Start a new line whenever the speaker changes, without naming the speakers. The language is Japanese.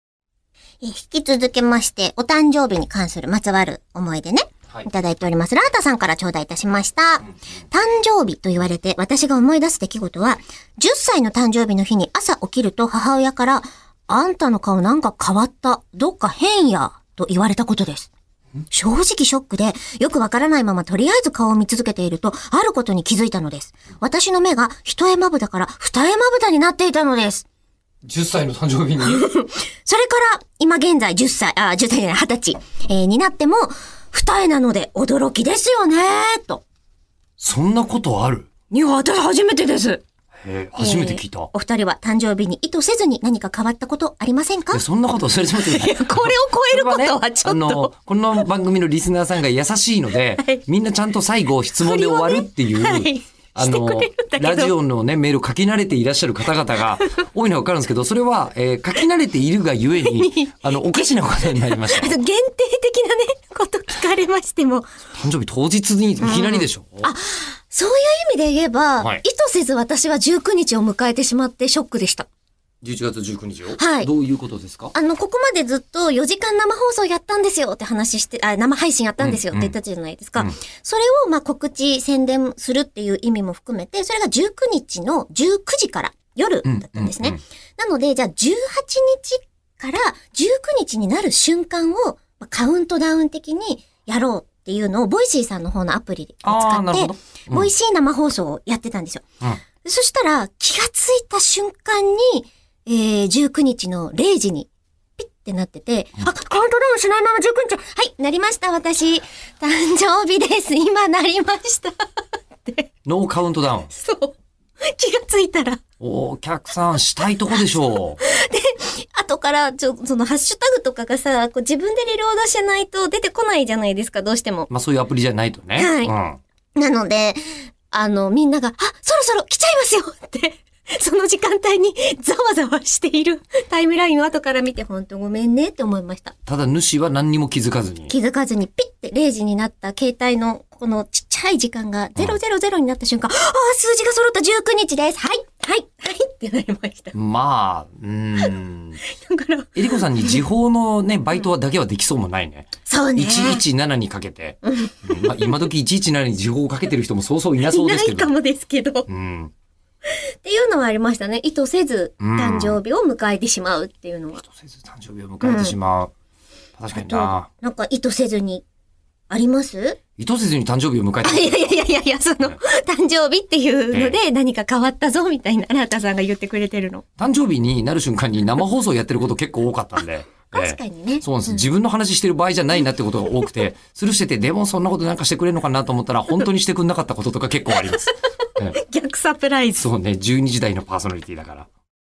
えー引き続きまして、お誕生日に関するまつわる思い出ね、
はいい、
ただいております。ラータさんから頂戴いたしました。誕生日と言われて私が思い出す出来事は、10歳の誕生日の日に朝起きると母親から、あんたの顔なんか変わった、どっか変や、と言われたことです。正直ショックで、よくわからないままとりあえず顔を見続けていると、あることに気づいたのです。私の目が一重まぶたから二重まぶたになっていたのです。
10歳の誕生日に。
それから、今現在10歳、あ、10歳じゃない、20歳、えーになっても、二重なので驚きですよねと。
そんなことある
いや、私初めてです。
へえ、初めて聞いた。
えーお二人は誕生日に意図せずに何か変わったことありませんか
でそんなこと忘れち ゃって
いやこれを超えることはちょっと
あの、この番組のリスナーさんが優しいので、
はい
みんなちゃんと最後質問で終わるっていう、
振りをねはい
あ
してく
の
れるんだけど
ラジオのね、メールを書き慣れていらっしゃる方々が多いのはわかるんですけど、それは、えー書き慣れているがゆえ に、あの、おかしなことになりまし
あ
た。
と限定的なね、こと聞かれましても、
誕生日当日にいきなりでしょ。あ、
そういう意味で言えば、
はい
意図せず私は19日を迎えてしまってショックでした。
11月19日を
はい
どういうことですか
あの、ここまでずっと4時間生放送やったんですよって話して、あ、生配信やったんですよって言ったじゃないですか。
うんうん
それを、まあ、告知、宣伝するっていう意味も含めて、それが19日の19時から夜だったんですね。
うんうん
なので、じゃあ18日から19日になる瞬間を、まあカウントダウン的にやろうっていうのを、ボイシーさんの方のアプリを
あ
使
ー
っ
なるほ
て
ど、うん
ボイシー生放送をやってたんですよ。
うん
そしたら、気がついた瞬間に、えー、19日の0時に、ピッてなってて、あ、カウントダウンしないまま19日、はい、なりました、私。誕生日です。今、なりました。
ノーカウントダウン。
そう。気がついたら。
お客さんしたいとこでしょう。
後から、ちょ、そのハッシュタグとかがさ、こう自分でリロードしないと出てこないじゃないですか、どうしても。
まあそういうアプリじゃないとね。
はい
うん
なので、あの、みんなが、あ、そろそろ来ちゃいますよって、 その時間帯にざわざわしているタイムラインを後から見て、本当ごめんねって思いました。
ただ主は何にも気づかずに。
気づかずにピッて0時になった携帯のこのちっちゃい時間が000になった瞬間、ああ、数字が揃った19日ですはいはいはいってなりました。
まあ、うーん。
だから、
えりこさんに時報のね、バイトはだけはできそうもないね。
そうね。
117にかけて。まあ、今時117に時報をかけてる人もそうそういなそ
い
うで
な
すけ
いか
ど。
もですけど。っ
うん。
ていうのはありましたね。意図せず
うん
誕生日を迎えてしまうっていうのは。
とせず誕生日を迎えてしまう。確かにな。
なんか意図せずにあります
意図せずに誕生日を迎え
あいや
て
いやいやいや、その、誕生日っていうので何か変わったぞみたいな、新田さんが言ってくれてるの。
誕生日になる瞬間に生放送やってること結構多かったんで。
確かにね。
そうなんです。自分の話してる場合じゃないなってことが多くて、スルーしてて、でもそんなことなんかしてくれるのかなと思ったら、本当にしてくんなかったこととか結構あります。ええ
逆サプライズ。
そうね、12時代のパーソナリティだから。